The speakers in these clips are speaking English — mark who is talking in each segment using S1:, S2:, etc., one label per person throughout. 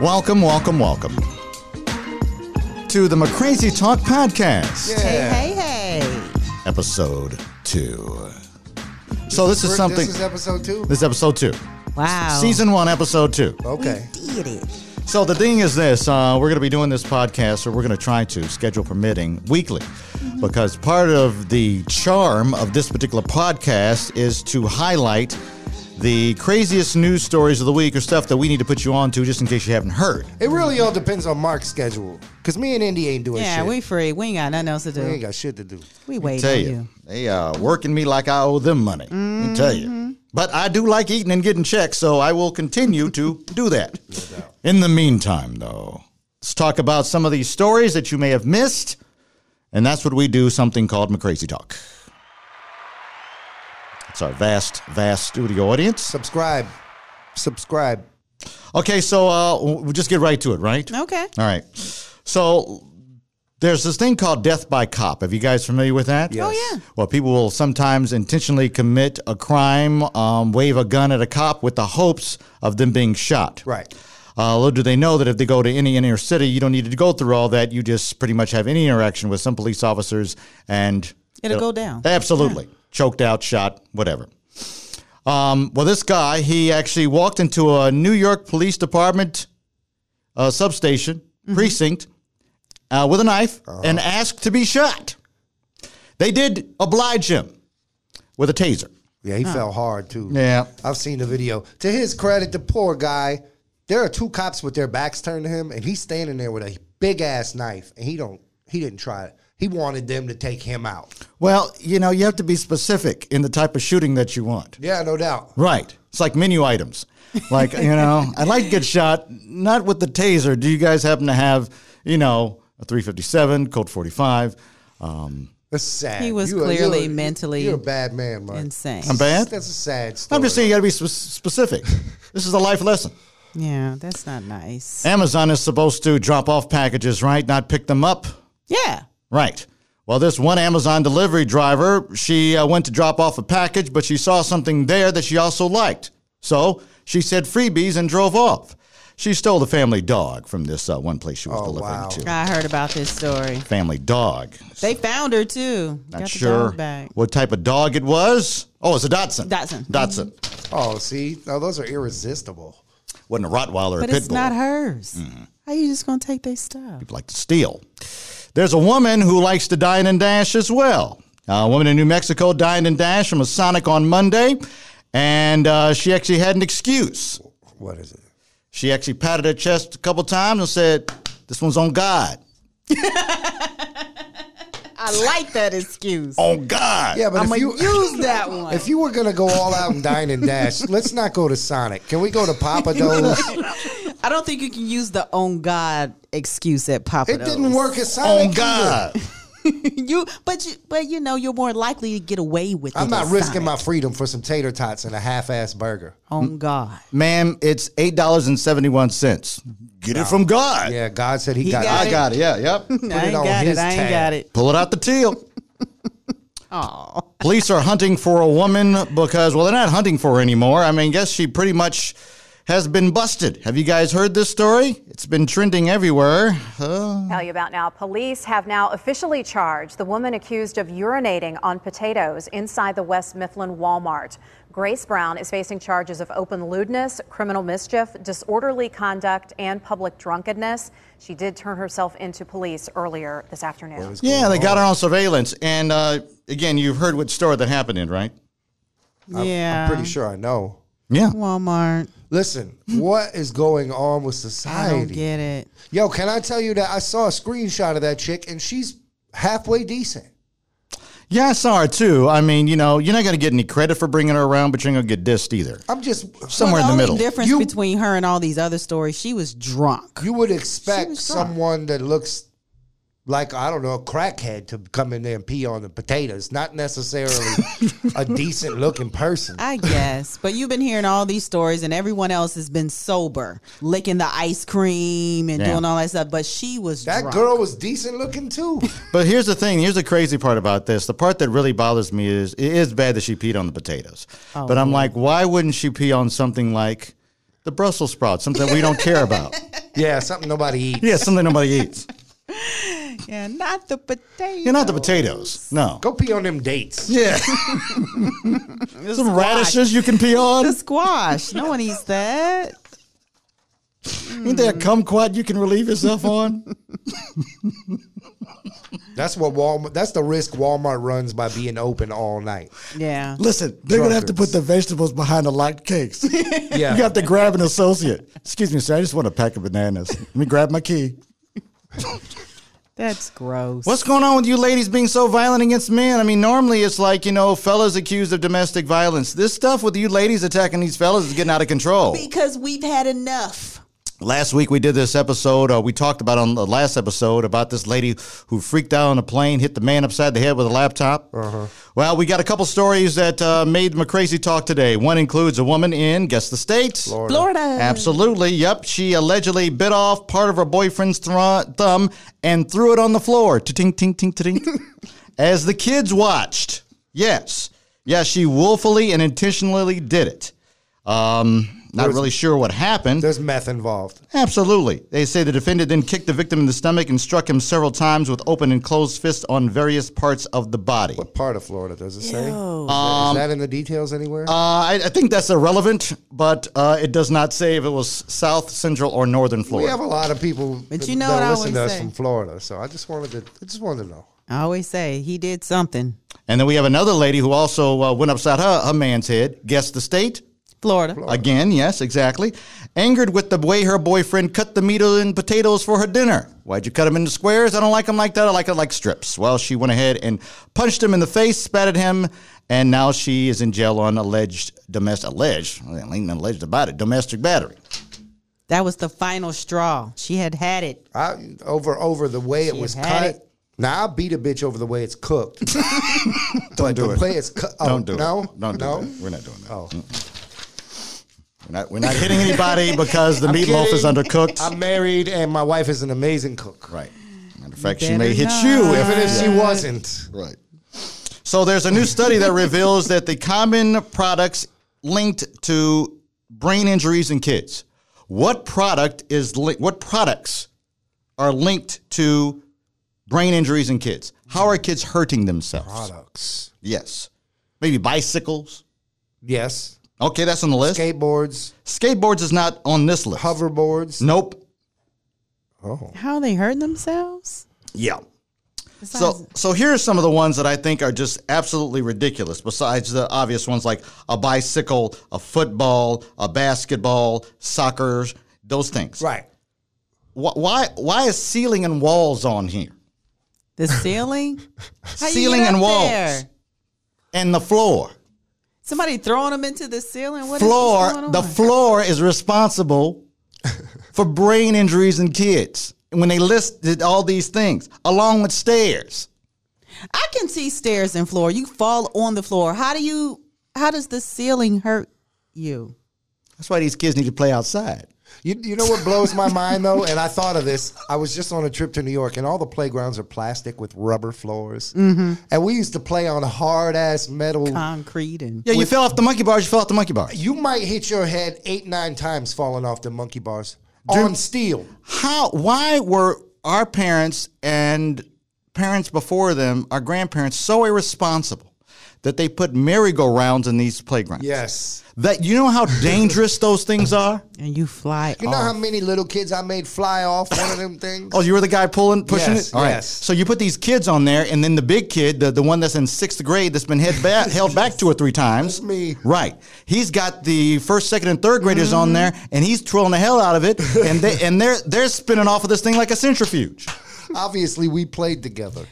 S1: Welcome, welcome, welcome to the McCrazy Talk Podcast,
S2: Hey, hey, hey.
S1: episode two. So Oh, this is something.
S3: This is episode two.
S1: This is episode two,
S2: Wow.
S1: season one, episode two.
S3: Okay.
S2: Did it.
S1: So the thing is this: uh, we're going to be doing this podcast, or we're going to try to schedule permitting weekly, because part of the charm of this particular podcast is to highlight the craziest news stories of the week, or stuff that we need to put you on to, just in case you haven't heard.
S3: It really all depends on Mark's schedule. Cause me and Indy ain't doing
S2: Yeah,
S3: shit.
S2: we free. We ain't got nothing else to
S3: We ain't
S2: do.
S3: got shit to do.
S2: We wait
S1: tell
S2: on
S1: you,
S2: you.
S1: they uh, working me like I owe them money. I tell you, but I do like eating and getting checks, so I will continue to do that. In the meantime, though, let's talk about some of these stories that you may have missed, and that's what we do. Something called McCrazy Talk. It's our vast, vast studio audience.
S3: Subscribe. Subscribe.
S1: Okay, so uh, we'll just get right to it, right?
S2: Okay.
S3: Uh,
S1: All right. So there's this thing called death by cop. Have you guys familiar with that?
S3: Yes.
S2: Oh, yeah.
S1: Well, people will sometimes intentionally commit a crime, um, wave a gun at a cop with the hopes of them being shot.
S3: Right.
S1: Uh, little do they know that if they go to any inner city, you don't need to go through all that. You just pretty much have any interaction with some police officers and
S2: It'll go down.
S1: Absolutely. Choked out, shot, whatever. Um, well, this guy, he actually walked into a New York Police Department uh, substation
S2: Mm-hmm.
S1: precinct uh, with a knife and asked to be shot. They did oblige him with a taser.
S3: Yeah, he fell hard too.
S1: Yeah.
S3: I've seen the video. To his credit, the poor guy. There are two cops with their backs turned to him, and he's standing there with a big ass knife, and he don't. He didn't try it. He wanted them to take him out.
S1: Well, you know, you have to be specific in the type of shooting that you want.
S3: Yeah, no doubt.
S1: Right. It's like menu items. Like, you know, I'd like to get shot, not with the taser. Do you guys happen to have, you know, a 357, Colt 45? Um,
S3: That's sad.
S2: He was
S3: You a-
S2: clearly
S3: you're a-
S2: mentally
S3: You're a bad man, Mark.
S2: Insane.
S1: I'm bad?
S3: That's a sad story.
S1: I'm just saying you got to be sp- specific. This is a life lesson.
S2: Yeah, that's not nice.
S1: Amazon is supposed to drop off packages, right? Not pick them up.
S2: Yeah.
S1: Right. Well, this one Amazon delivery driver, she uh, went to drop off a package, but she saw something there that she also liked. So she said freebies and drove off. She stole the family dog from this uh, one place she was
S3: Oh,
S1: delivering
S3: wow.
S1: to.
S2: I heard about this story.
S1: Family dog.
S2: They found her too.
S1: Not
S2: got The
S1: sure
S2: dog back.
S1: what type of dog it was. Oh, it's a Dotson.
S2: Dachshund.
S1: Dotson.
S3: Oh, see, now those are irresistible.
S1: Wasn't a Rottweiler or a
S2: But
S1: pit
S2: it's
S1: bull.
S2: not hers.
S3: Mm-hmm.
S2: How you just gonna take their stuff?
S1: like to steal. There's a woman who likes to dine and dash as well. a woman in New Mexico dined and dashed from a Sonic on Monday, and uh, she actually had an excuse.
S3: What is it?
S1: She actually patted her chest a couple times and said, "This one's on God,
S2: I like that excuse.
S1: on God."
S3: Yeah, Oh, but
S2: I'ma
S3: if you
S2: use that one.
S3: if you were gonna go all out and dine and dash, let's not go to Sonic. Can we go to Papa Do's?
S2: I don't think you can use the on God excuse at Papa.
S3: It didn't
S2: Do's.
S3: work at Sonic.
S1: on God.
S2: you, but you, but you know, you're more likely to get away with it.
S3: I'm not
S2: at
S3: risking
S2: Sonic.
S3: my freedom for some tater tots and a half-ass burger.
S2: on God.
S1: Ma'am, it's eight dollars and seventy-one cents. Get it from God.
S3: Yeah, God said he, got.
S2: got
S1: I got it. Yeah, yep.
S2: I
S3: it
S2: ain't
S3: on
S2: got it.
S3: his
S2: I ain't
S3: tab.
S2: got it.
S1: Pull it out the teal.
S2: Oh,
S1: Police are hunting for a woman because, well, they're not hunting for her anymore. I mean, guess she pretty much has been busted. Have you guys heard this story? It's been trending everywhere. Uh,
S4: tell you about now. Police have now officially charged the woman accused of urinating on potatoes inside the West Mifflin Walmart. Grace Brown is facing charges of open lewdness, criminal mischief, disorderly conduct, and public drunkenness. She did turn herself into police earlier this afternoon.
S1: yeah, they got her on surveillance. And uh, again, you've heard what store that happened in, right?
S2: yeah.
S3: I'm pretty sure I know.
S1: Yeah.
S2: Walmart.
S3: Listen, what is going on with
S2: I don't
S3: society?
S2: get it.
S3: Yo, can I tell you that I saw a screenshot of that chick and she's halfway decent.
S1: Yeah, I saw her too. I mean, you know, you're not going to get any credit for bringing her around, but you're not going to get dissed either.
S3: I'm just
S1: Somewhere in the
S2: only
S1: middle.
S2: difference
S3: You-
S2: between her and all these other stories, she was drunk.
S3: You would
S2: She
S3: expect
S2: was drunk.
S3: someone that looks like I don't know a crackhead to come in there and pee on the potatoes, not necessarily a decent looking person.
S2: I guess, but you've been hearing all these stories, and everyone else has been sober, licking the ice cream and
S1: Yeah.
S2: doing all that stuff. But she was
S3: That
S2: drunk.
S3: girl was decent looking too.
S1: But here's the thing. Here's the crazy part about this. The part that really bothers me is it is bad that she peed on the potatoes. but I'm like, why wouldn't she pee on something like the Brussels sprouts, something we don't care about.
S3: Yeah, something nobody eats.
S1: Yeah, something nobody eats.
S2: Yeah, not the potato.
S1: You're not the potatoes. No.
S3: Go pee on them dates.
S1: Yeah. Some radishes you can pee
S2: The
S1: on.
S2: squash. No one eats that.
S1: Ain't there a kumquat you can relieve yourself on?
S3: That's what Walmart. That's the risk Walmart runs by being open all night.
S2: Yeah.
S1: Listen, they're gonna have to put the vegetables behind the locked cakes. you
S3: Yeah,
S1: have to grab an associate. Excuse me, sir. I just want a pack of bananas. Let me grab my key.
S2: That's gross.
S1: What's going on with you ladies being so violent against men? I mean, normally it's like, you know, fellas accused of domestic violence. This stuff with you ladies attacking these fellas is getting out of control.
S2: because we've had enough.
S1: Last week we did this episode, uh, we talked about on the last episode about this lady who freaked out on a plane, hit the man upside the head with a laptop. Well, we got a couple stories that uh, made McCrazy talk today. One includes a woman in, guess the state? Florida.
S2: Florida.
S1: Absolutely. Yep. She allegedly bit off part of her boyfriend's thro- thumb and threw it on the floor. Ting, ting, ting, ting. As the kids watched. Yes. Yeah, she willfully and intentionally did it. Um, not really sure what happened.
S3: there's meth involved.
S1: Absolutely. They say the defendant then kicked the victim in the stomach and struck him several times with open and closed fists on various parts of the body.
S3: What part of Florida does it say? is that in the details anywhere?
S1: Uh, I, I think that's irrelevant, but uh, it does not say if it was South, Central, or Northern
S3: we
S1: Florida.
S3: have a lot of people
S2: But
S3: that-
S2: you know what
S3: that
S2: I
S3: listen to
S2: always
S3: us
S2: say.
S3: from Florida, so I just wanted to. I just wanted to know.
S2: I always say he did something.
S1: and then we have another lady who also uh, went upside her, her man's head. Guess the state?
S2: Florida.
S1: Again, yes, exactly. Angered with the way her boyfriend cut the meat and potatoes for her dinner. Why'd you cut them into squares? I don't like them like that. I like it like strips. Well, she went ahead and punched him in the face, spat at him, and now she is in jail on alleged domestic alleged. well, there ain't nothing alleged about it. Domestic battery.
S2: That was the final straw. She had had it.
S3: I over over the way it was
S2: had
S3: cut.
S2: it.
S3: Now I beat a bitch over the way it's cooked.
S1: Don't
S3: the way it's cut. Oh,
S1: Don't do it.
S3: no?
S1: Don't do
S3: no.
S1: that. We're not doing that.
S3: Oh.
S1: We're not, we're not hitting anybody because the meatloaf is
S3: kidding.
S1: undercooked.
S3: I'm married, and my wife is an amazing cook.
S1: right. Matter of fact, she
S2: Better
S1: may hit
S2: not.
S1: you if
S3: Even
S1: it
S3: if
S1: is.
S3: she wasn't,
S1: Right. So there's a new study that reveals that the common products linked to brain injuries in kids. What product is li- what products are linked to brain injuries in kids? How are kids hurting themselves?
S3: products.
S1: Yes. Maybe bicycles.
S3: Yes,
S1: Okay, that's on the list.
S3: skateboards,
S1: Skateboards is not on this list.
S3: hoverboards.
S1: Nope.
S2: How are they hurting themselves?
S1: Yeah.
S2: Besides-
S1: So, so here are some of the ones that I think are just absolutely ridiculous. Besides the obvious ones like a bicycle, a football, a basketball, soccer, those things.
S3: Right.
S1: Wh- Why? Why is ceiling and walls on here?
S2: the ceiling, How you
S1: Ceiling
S2: get
S1: and
S2: up
S1: walls.
S2: there?
S1: And the floor.
S2: Somebody throwing them into the ceiling. What is what's
S1: floor.
S2: going
S1: The
S2: on?
S1: floor is responsible for brain injuries in kids. And When they listed all these things, along with stairs.
S2: I can see stairs and floor. You fall on the floor. How do you? How does the ceiling hurt you?
S1: That's why these kids need to play outside.
S3: You, you know what blows my mind though, and I thought of this. I was just on a trip to New York, and all the playgrounds are plastic with rubber floors, mm-hmm. and we used to play on hard ass metal.
S2: Concrete and
S1: Yeah, you fell off the monkey bars. You fell off the monkey bars.
S3: You might hit your head eight nine times falling off the monkey bars on steel.
S1: how why were our parents and parents before them our grandparents so irresponsible that they put merry-go-rounds in these playgrounds
S3: Yes.
S1: that you know how dangerous those things are
S2: and you fly
S3: You know
S2: off.
S3: how many little kids I made fly off one of them things?
S1: oh you were the guy pulling pushing
S3: Yes,
S1: it All right.
S3: yes.
S1: so you put these kids on there and then the big kid the, the one that's in sixth grade that's been head ba- held back two or three times
S3: That's me.
S1: right he's got the first second and third graders on there and he's twirling the hell out of it and they and they're they're spinning off of this thing like a centrifuge
S3: Obviously, we played together.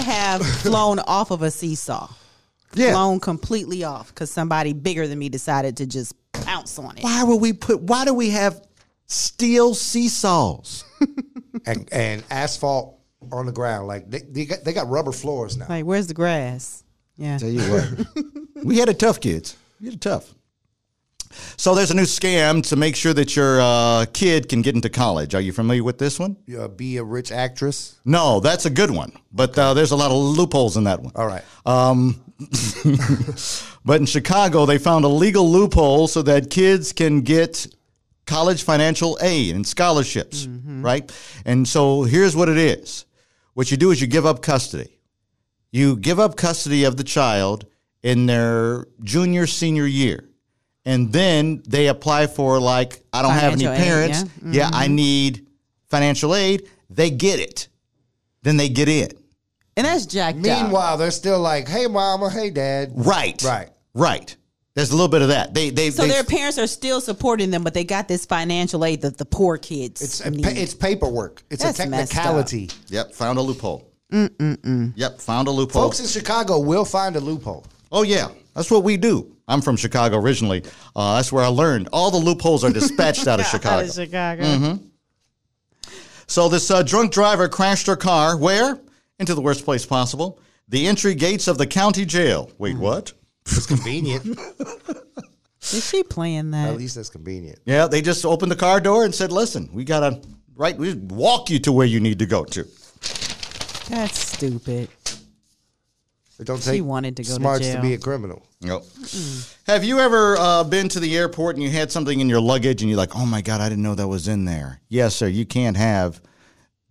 S2: have flown off of a seesaw.
S1: yeah
S2: Flown completely off because somebody bigger than me decided to just pounce on it.
S1: why would we put why do we have steel seesaws
S3: And, and asphalt on the ground. Like, they, they, got, they got rubber floors now.
S2: Like, where's the grass? Yeah.
S1: tell you what we had it tough kids we had it tough so there's a new scam to make sure that your uh, kid can get into college are you familiar with this one
S3: You, uh, be a rich actress.
S1: no that's a good one but uh, there's a lot of loopholes in that one
S3: All right.
S1: but in chicago they found a legal loophole so that kids can get college financial aid and scholarships, right? And so here's what it is what you do is you give up custody. You give up custody of the child in their junior, senior year. And then they apply for, like, I don't have any
S2: Financial aid,
S1: parents.
S2: yeah. Mm-hmm.
S1: yeah, I need financial aid. They get it. Then they get in.
S2: And that's jacked up.
S3: Meanwhile, they're still like, "Hey, mama. Hey, dad."
S1: Right.
S3: Right.
S1: Right. There's a little bit of that. They they
S2: So
S1: they,
S2: their parents are still supporting them, but they got this financial aid that the poor kids
S3: It's a
S2: need.
S3: pa- it's paperwork. It's
S2: That's
S3: a
S2: messed
S3: technicality.
S1: Yep, found a loophole. Mm-mm-mm. Yep, found a loophole.
S3: Folks in Chicago will find a loophole.
S1: oh yeah, that's what we do. I'm from Chicago originally. Uh, that's where I learned all the loopholes are dispatched out of Chicago.
S2: Chicago.
S1: So this uh, drunk driver crashed her car where into the worst place possible, the entry gates of the county jail. Wait, what?
S3: It's convenient.
S1: Mm-hmm.
S2: Is she playing
S3: At
S2: that?
S3: least that's convenient.
S1: Yeah, they just opened the car door and said, "Listen, we gotta right, we walk you to where you need to go to."
S2: That's stupid.
S3: It don't
S2: She
S3: take
S2: wanted to go to
S3: smarts
S2: jail.
S3: be a criminal.
S1: Nope. Have you ever uh, been to the airport and you had something in your luggage and you're like, oh my God, I didn't know that was in there? Yes, sir. You can't have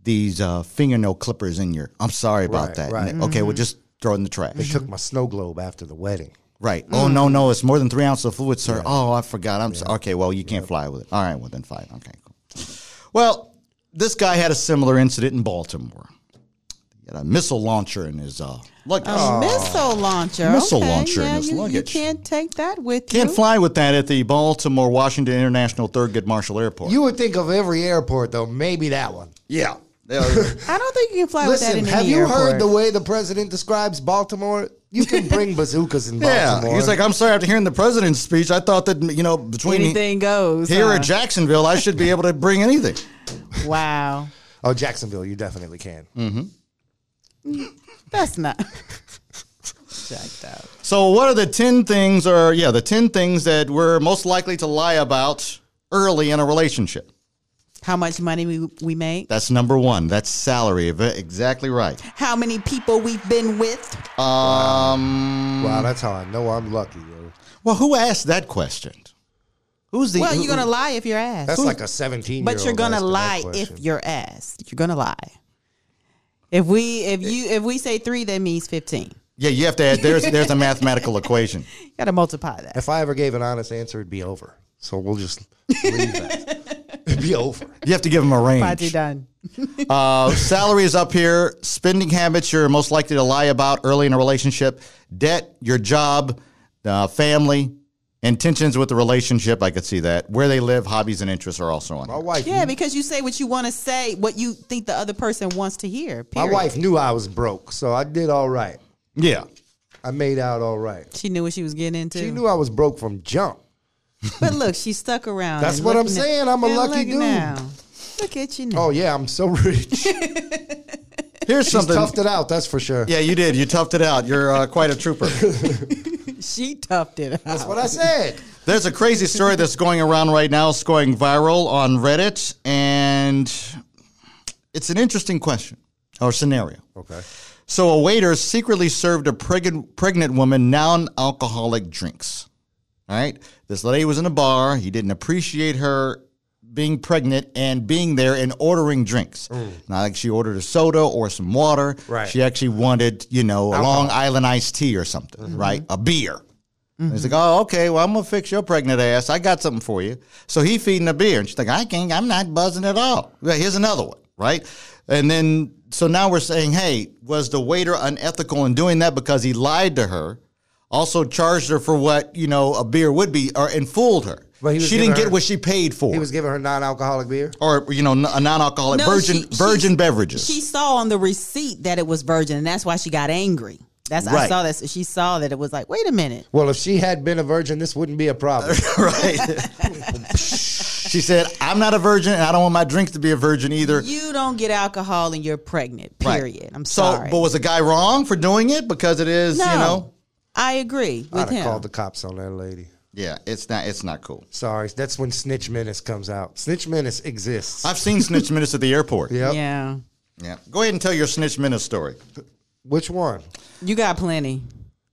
S1: these uh, fingernail clippers in your. I'm sorry about
S3: Right,
S1: that.
S3: right. Mm-hmm.
S1: And- Okay, we'll just throw it in the trash.
S3: They took my snow globe after the wedding.
S1: Right. Oh, no, no. It's more than three ounces of fluid, sir. Oh, I forgot. I'm sorry. Okay, well, you can't fly with it. All right, well, then fine. Okay, cool. Well, this guy had a similar incident in Baltimore. He had a missile launcher in his uh, luggage.
S3: Oh,
S2: Missile launcher.
S1: Missile
S2: okay,
S1: launcher in
S2: yeah,
S1: his
S2: you,
S1: luggage.
S2: You can't take that with
S1: Can't
S2: you.
S1: fly with that at the Baltimore Washington International Thurgood Marshall Airport.
S3: You would think of every airport though, maybe that one.
S1: yeah.
S2: I don't think you can fly with that
S3: Listen,
S2: in
S3: have
S2: any
S3: you heard
S2: airport.
S3: the way the president describes Baltimore? You can bring bazookas in
S1: yeah.
S3: Baltimore.
S1: He's like, I'm sorry, after hearing the president's speech, I thought that, you know, between
S2: Anything goes.
S1: here
S2: huh?
S1: or Jacksonville, I should be able to bring anything.
S2: wow.
S3: oh, Jacksonville, you definitely can.
S2: That's not jacked up.
S1: So, what are the 10 things, or, yeah, the 10 things that we're most likely to lie about early in a relationship?
S2: How much money we, we make?
S1: That's number one. That's salary. Ev- Exactly right.
S2: How many people we've been with?
S1: Um,
S3: Wow, that's how I know I'm lucky. Yo.
S1: well, who asked that question? Who's the.
S2: Well,
S1: who-
S2: you're gonna lie if you're asked.
S3: That's like a 17.
S2: but you're gonna lie if you're asked. You're gonna lie. If we if
S3: Eh.
S2: you if we say three, that means fifteen.
S1: Yeah, you have to add, there's, there's a mathematical equation.
S2: You gotta multiply that.
S3: If I ever gave an honest answer, it'd be over. So we'll just leave that. it'd be over.
S1: You have to give them a range.
S2: Project done.
S1: Uh, salary is up here. Spending habits you're most likely to lie about early in a relationship. Debt, your job, uh, family, and tensions with the relationship. I could see that. Where they live, hobbies, and interests are also on.
S3: My
S1: Here.
S3: wife.
S2: Yeah, because you say what you want to say, what you think the other person wants to hear.
S3: my
S2: Period.
S3: wife knew I was broke, so I did all right.
S1: Yeah.
S3: I made out all right.
S2: She knew what she was getting into.
S3: She knew I was broke from jump.
S2: But look, she stuck around.
S3: That's
S2: and
S3: what I'm
S2: looking
S3: saying. I'm a
S2: and
S3: lucky
S2: look
S3: dude.
S2: Now. Look at you now.
S3: Oh yeah, I'm so rich. She's
S1: Here's something.
S3: toughed it out. That's for sure.
S1: yeah, you did. You toughed it out. You're uh, quite a trooper.
S2: She toughed it out.
S3: That's what I said.
S1: There's a crazy story that's going around right now. It's going viral on Reddit, and it's an interesting question or scenario.
S3: Okay.
S1: So a waiter secretly served a preg- pregnant woman non-alcoholic drinks. All right, this lady was in a bar. He didn't appreciate her being pregnant and being there and ordering drinks. Not like she ordered a soda or some water.
S3: Right.
S1: She actually wanted, you know, a Long Island iced tea or something. Right, a beer. And He's like, oh, okay, well, I'm gonna fix your pregnant ass. I got something for you. So he feeding a beer, and she's like, I can't, I'm not buzzing at all. Well, here's another one, right? And then, so now we're saying, hey, was the waiter unethical in doing that because he lied to her, also charged her for what you know a beer would be, or and fooled her.
S3: But he was
S1: she
S3: giving
S1: didn't get
S3: her-
S1: what she paid for,
S3: He was giving her non-alcoholic beer.
S1: or you know, n- a non-alcoholic
S2: No,
S1: virgin
S2: she- she-
S1: virgin beverages.
S2: She saw on the receipt that it was virgin, and that's why she got angry. That's I
S1: Right.
S2: saw this. She saw that it was like, wait a minute.
S3: Well, if she had been a virgin, this wouldn't be a problem.
S1: right? she said, I'm not a virgin, and I don't want my drinks to be a virgin either.
S2: You don't get alcohol and you're pregnant.
S1: Right.
S2: Period. I'm sorry.
S1: So, but was the guy wrong for doing it? Because it is,
S2: no,
S1: you know,
S2: I agree with
S3: I'd
S2: him.
S3: have called the cops on that lady.
S1: yeah, it's not, it's not cool.
S3: Sorry, that's when snitch menace comes out. Snitch menace exists.
S1: I've seen snitch minutes at the airport.
S3: yep.
S2: Yeah,
S1: Yeah. Go ahead and tell your snitch menace story.
S3: Which one?
S2: you got plenty.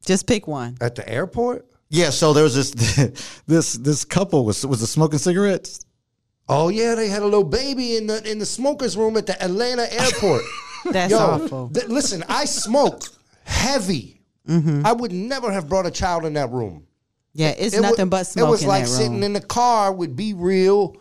S2: Just pick one.
S3: At the airport?
S1: Yeah. So there was this, this, this couple was was a smoking cigarettes,
S3: Oh yeah, they had a little baby in the in the smokers room at the Atlanta airport.
S2: That's
S3: Yo,
S2: awful.
S3: th- listen, I smoke heavy. I would never have brought a child in that room.
S2: yeah, it's
S3: It wa-
S2: nothing but smoke
S3: It was
S2: in
S3: like
S2: that room.
S3: sitting in the car with Be Real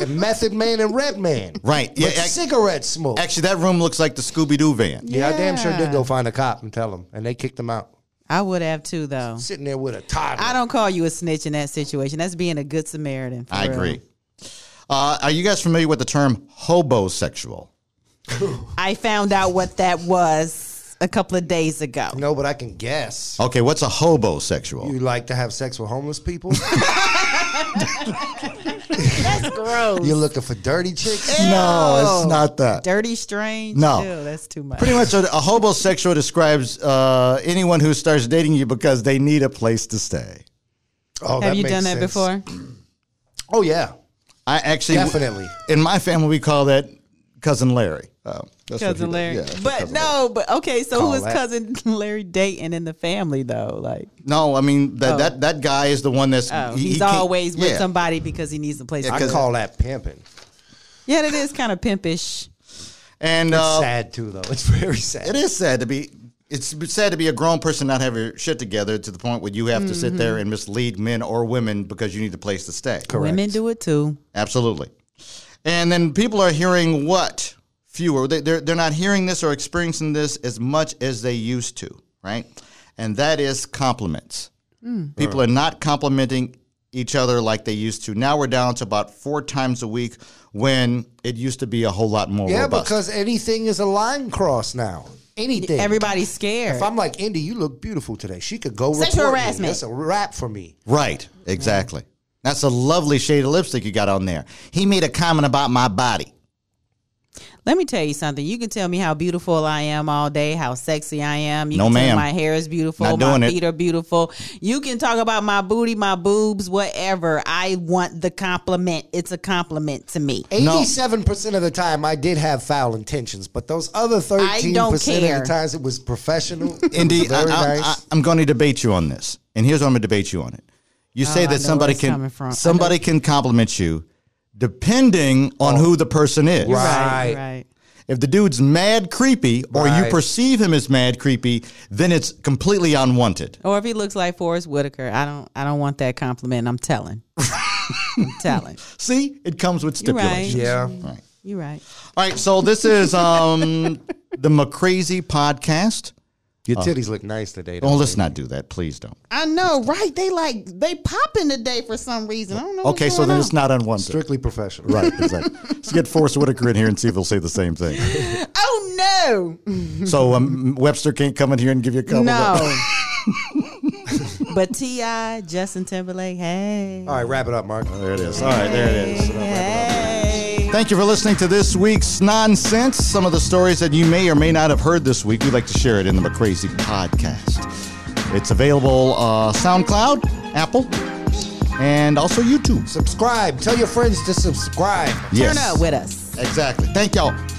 S3: and Method Man and Red Man.
S1: Right.
S3: Yeah,
S1: Yeah,
S3: but
S1: ac-
S3: cigarette smoke.
S1: Actually, that room looks like the Scooby Doo van.
S3: yeah, I damn sure
S2: Yeah.
S3: did go find a cop and tell him, and they kicked him out.
S2: I would have too, though.
S3: Sitting there with a toddler.
S2: I don't call you a snitch in that situation. That's being a good Samaritan. for
S1: I
S2: real.
S1: agree. Uh, are you guys familiar with the term hobosexual?
S2: I found out what that was a couple of days ago.
S3: know, but I can guess.
S1: Okay, what's a
S2: Oh.
S1: hobosexual?
S3: You like to have sex with homeless people?
S2: That's gross.
S3: You're looking for dirty chicks?
S1: No, it's not that.
S2: Dirty, strange.
S1: No.
S2: Ew, that's too much.
S1: Pretty much, a, a hobosexual describes uh, anyone who starts dating you because they need a place to stay.
S3: Oh,
S2: have you
S3: makes
S2: done that
S3: sense.
S2: before?
S3: Oh yeah,
S1: I actually
S3: definitely.
S1: in my family we call that cousin Larry. Oh, that's what he
S2: Cousin
S1: did.
S2: Larry.
S1: Yeah, that's what
S2: but
S1: cousin
S2: no, but okay, so
S3: Call
S2: who is
S3: that.
S2: cousin Larry Dayton in the family though? Like
S1: No, I mean that that that guy is the one that's
S2: oh,
S1: he- he
S2: he's
S1: can't-
S2: always with
S1: yeah.
S2: somebody because he needs a place
S3: I
S2: to live.
S3: call that pimping.
S2: Yeah, that is kind of pimpish.
S1: And
S2: Oh.
S1: uh,
S3: sad too, though. It's very sad.
S1: it is sad to be. It's sad to be a grown person not have your shit together to the point where you have to
S2: Mm-hmm.
S1: sit there and mislead men or women because you need a place to stay.
S2: Women do it too.
S1: Absolutely. And then people are hearing what fewer. They, they're they're not hearing this or experiencing this as much as they used to, right? And that is compliments.
S3: Hmm.
S1: People are not complimenting each other like they used to. Now we're down to about four times a week when it used to be a whole lot more.
S3: Yeah,
S1: robust.
S3: because anything is a line cross now. Anything.
S2: Everybody's scared.
S3: If I'm like Indy, you look beautiful today. She could go
S2: Sexual
S3: report me.
S2: harassment.
S3: That's a wrap for me.
S1: Right, exactly. That's a lovely shade of lipstick you got on there. He made a comment about my body.
S2: Let me tell you something. You can tell me how beautiful I am all day, how sexy I am. You
S1: No,
S2: can tell me
S1: ma'am.
S2: my hair is beautiful,
S1: Not
S2: my
S1: doing it.
S2: feet are beautiful. You can talk about my booty, my boobs, whatever. I want the compliment. It's a compliment to me.
S3: Eighty-seven percent of the time, I did have foul intentions, but those other
S2: I
S3: thirteen
S2: don't
S3: percent of
S2: care.
S3: the times, it was professional.
S1: Indeed, I,
S3: very
S1: I,
S3: nice.
S1: I, am going to debate you on this, and here's what I'm going to debate you on it. You say
S2: Oh, I know
S1: that somebody
S2: where it's coming
S1: can
S2: from. I
S1: somebody can compliment you, depending on who the person is.
S3: Right.
S2: right.
S1: If the dude's mad creepy, or you
S3: Right.
S1: perceive him as mad creepy, then it's completely unwanted.
S2: Or if he looks like Forrest Whitaker, I don't I don't want that compliment. I'm telling. I'm telling.
S1: See, it comes with
S2: You're right.
S1: stipulations.
S3: yeah,
S1: Right.
S2: You're right.
S1: All right. So this is um, the McCrazy podcast. Uh.
S3: your titties look nice today.
S1: Oh,
S3: though.
S1: let's not do that, please don't.
S2: I know, right? They like they popping today for some reason. I don't know. what's
S1: Okay, so
S2: going
S1: then
S2: on.
S1: it's not unwanted.
S3: strictly professional.
S1: Right, exactly. Let's get Forrest Whitaker in here and see if he'll say the same thing.
S2: Oh no.
S1: So um, Webster can't come in here and give you a couple. of-
S2: No. but T.I., Justin Timberlake, hey.
S3: All right, wrap it up, Mark.
S1: there it is. All right, there it is.
S2: Hey.
S1: Thank you for listening to this week's nonsense. Some of the stories that you may or may not have heard this week, we'd like to share it in the McCrazy podcast. It's available uh, SoundCloud, Apple, and also YouTube.
S3: Subscribe. Tell your friends to subscribe.
S2: Turn up with us.
S1: exactly. Thank y'all.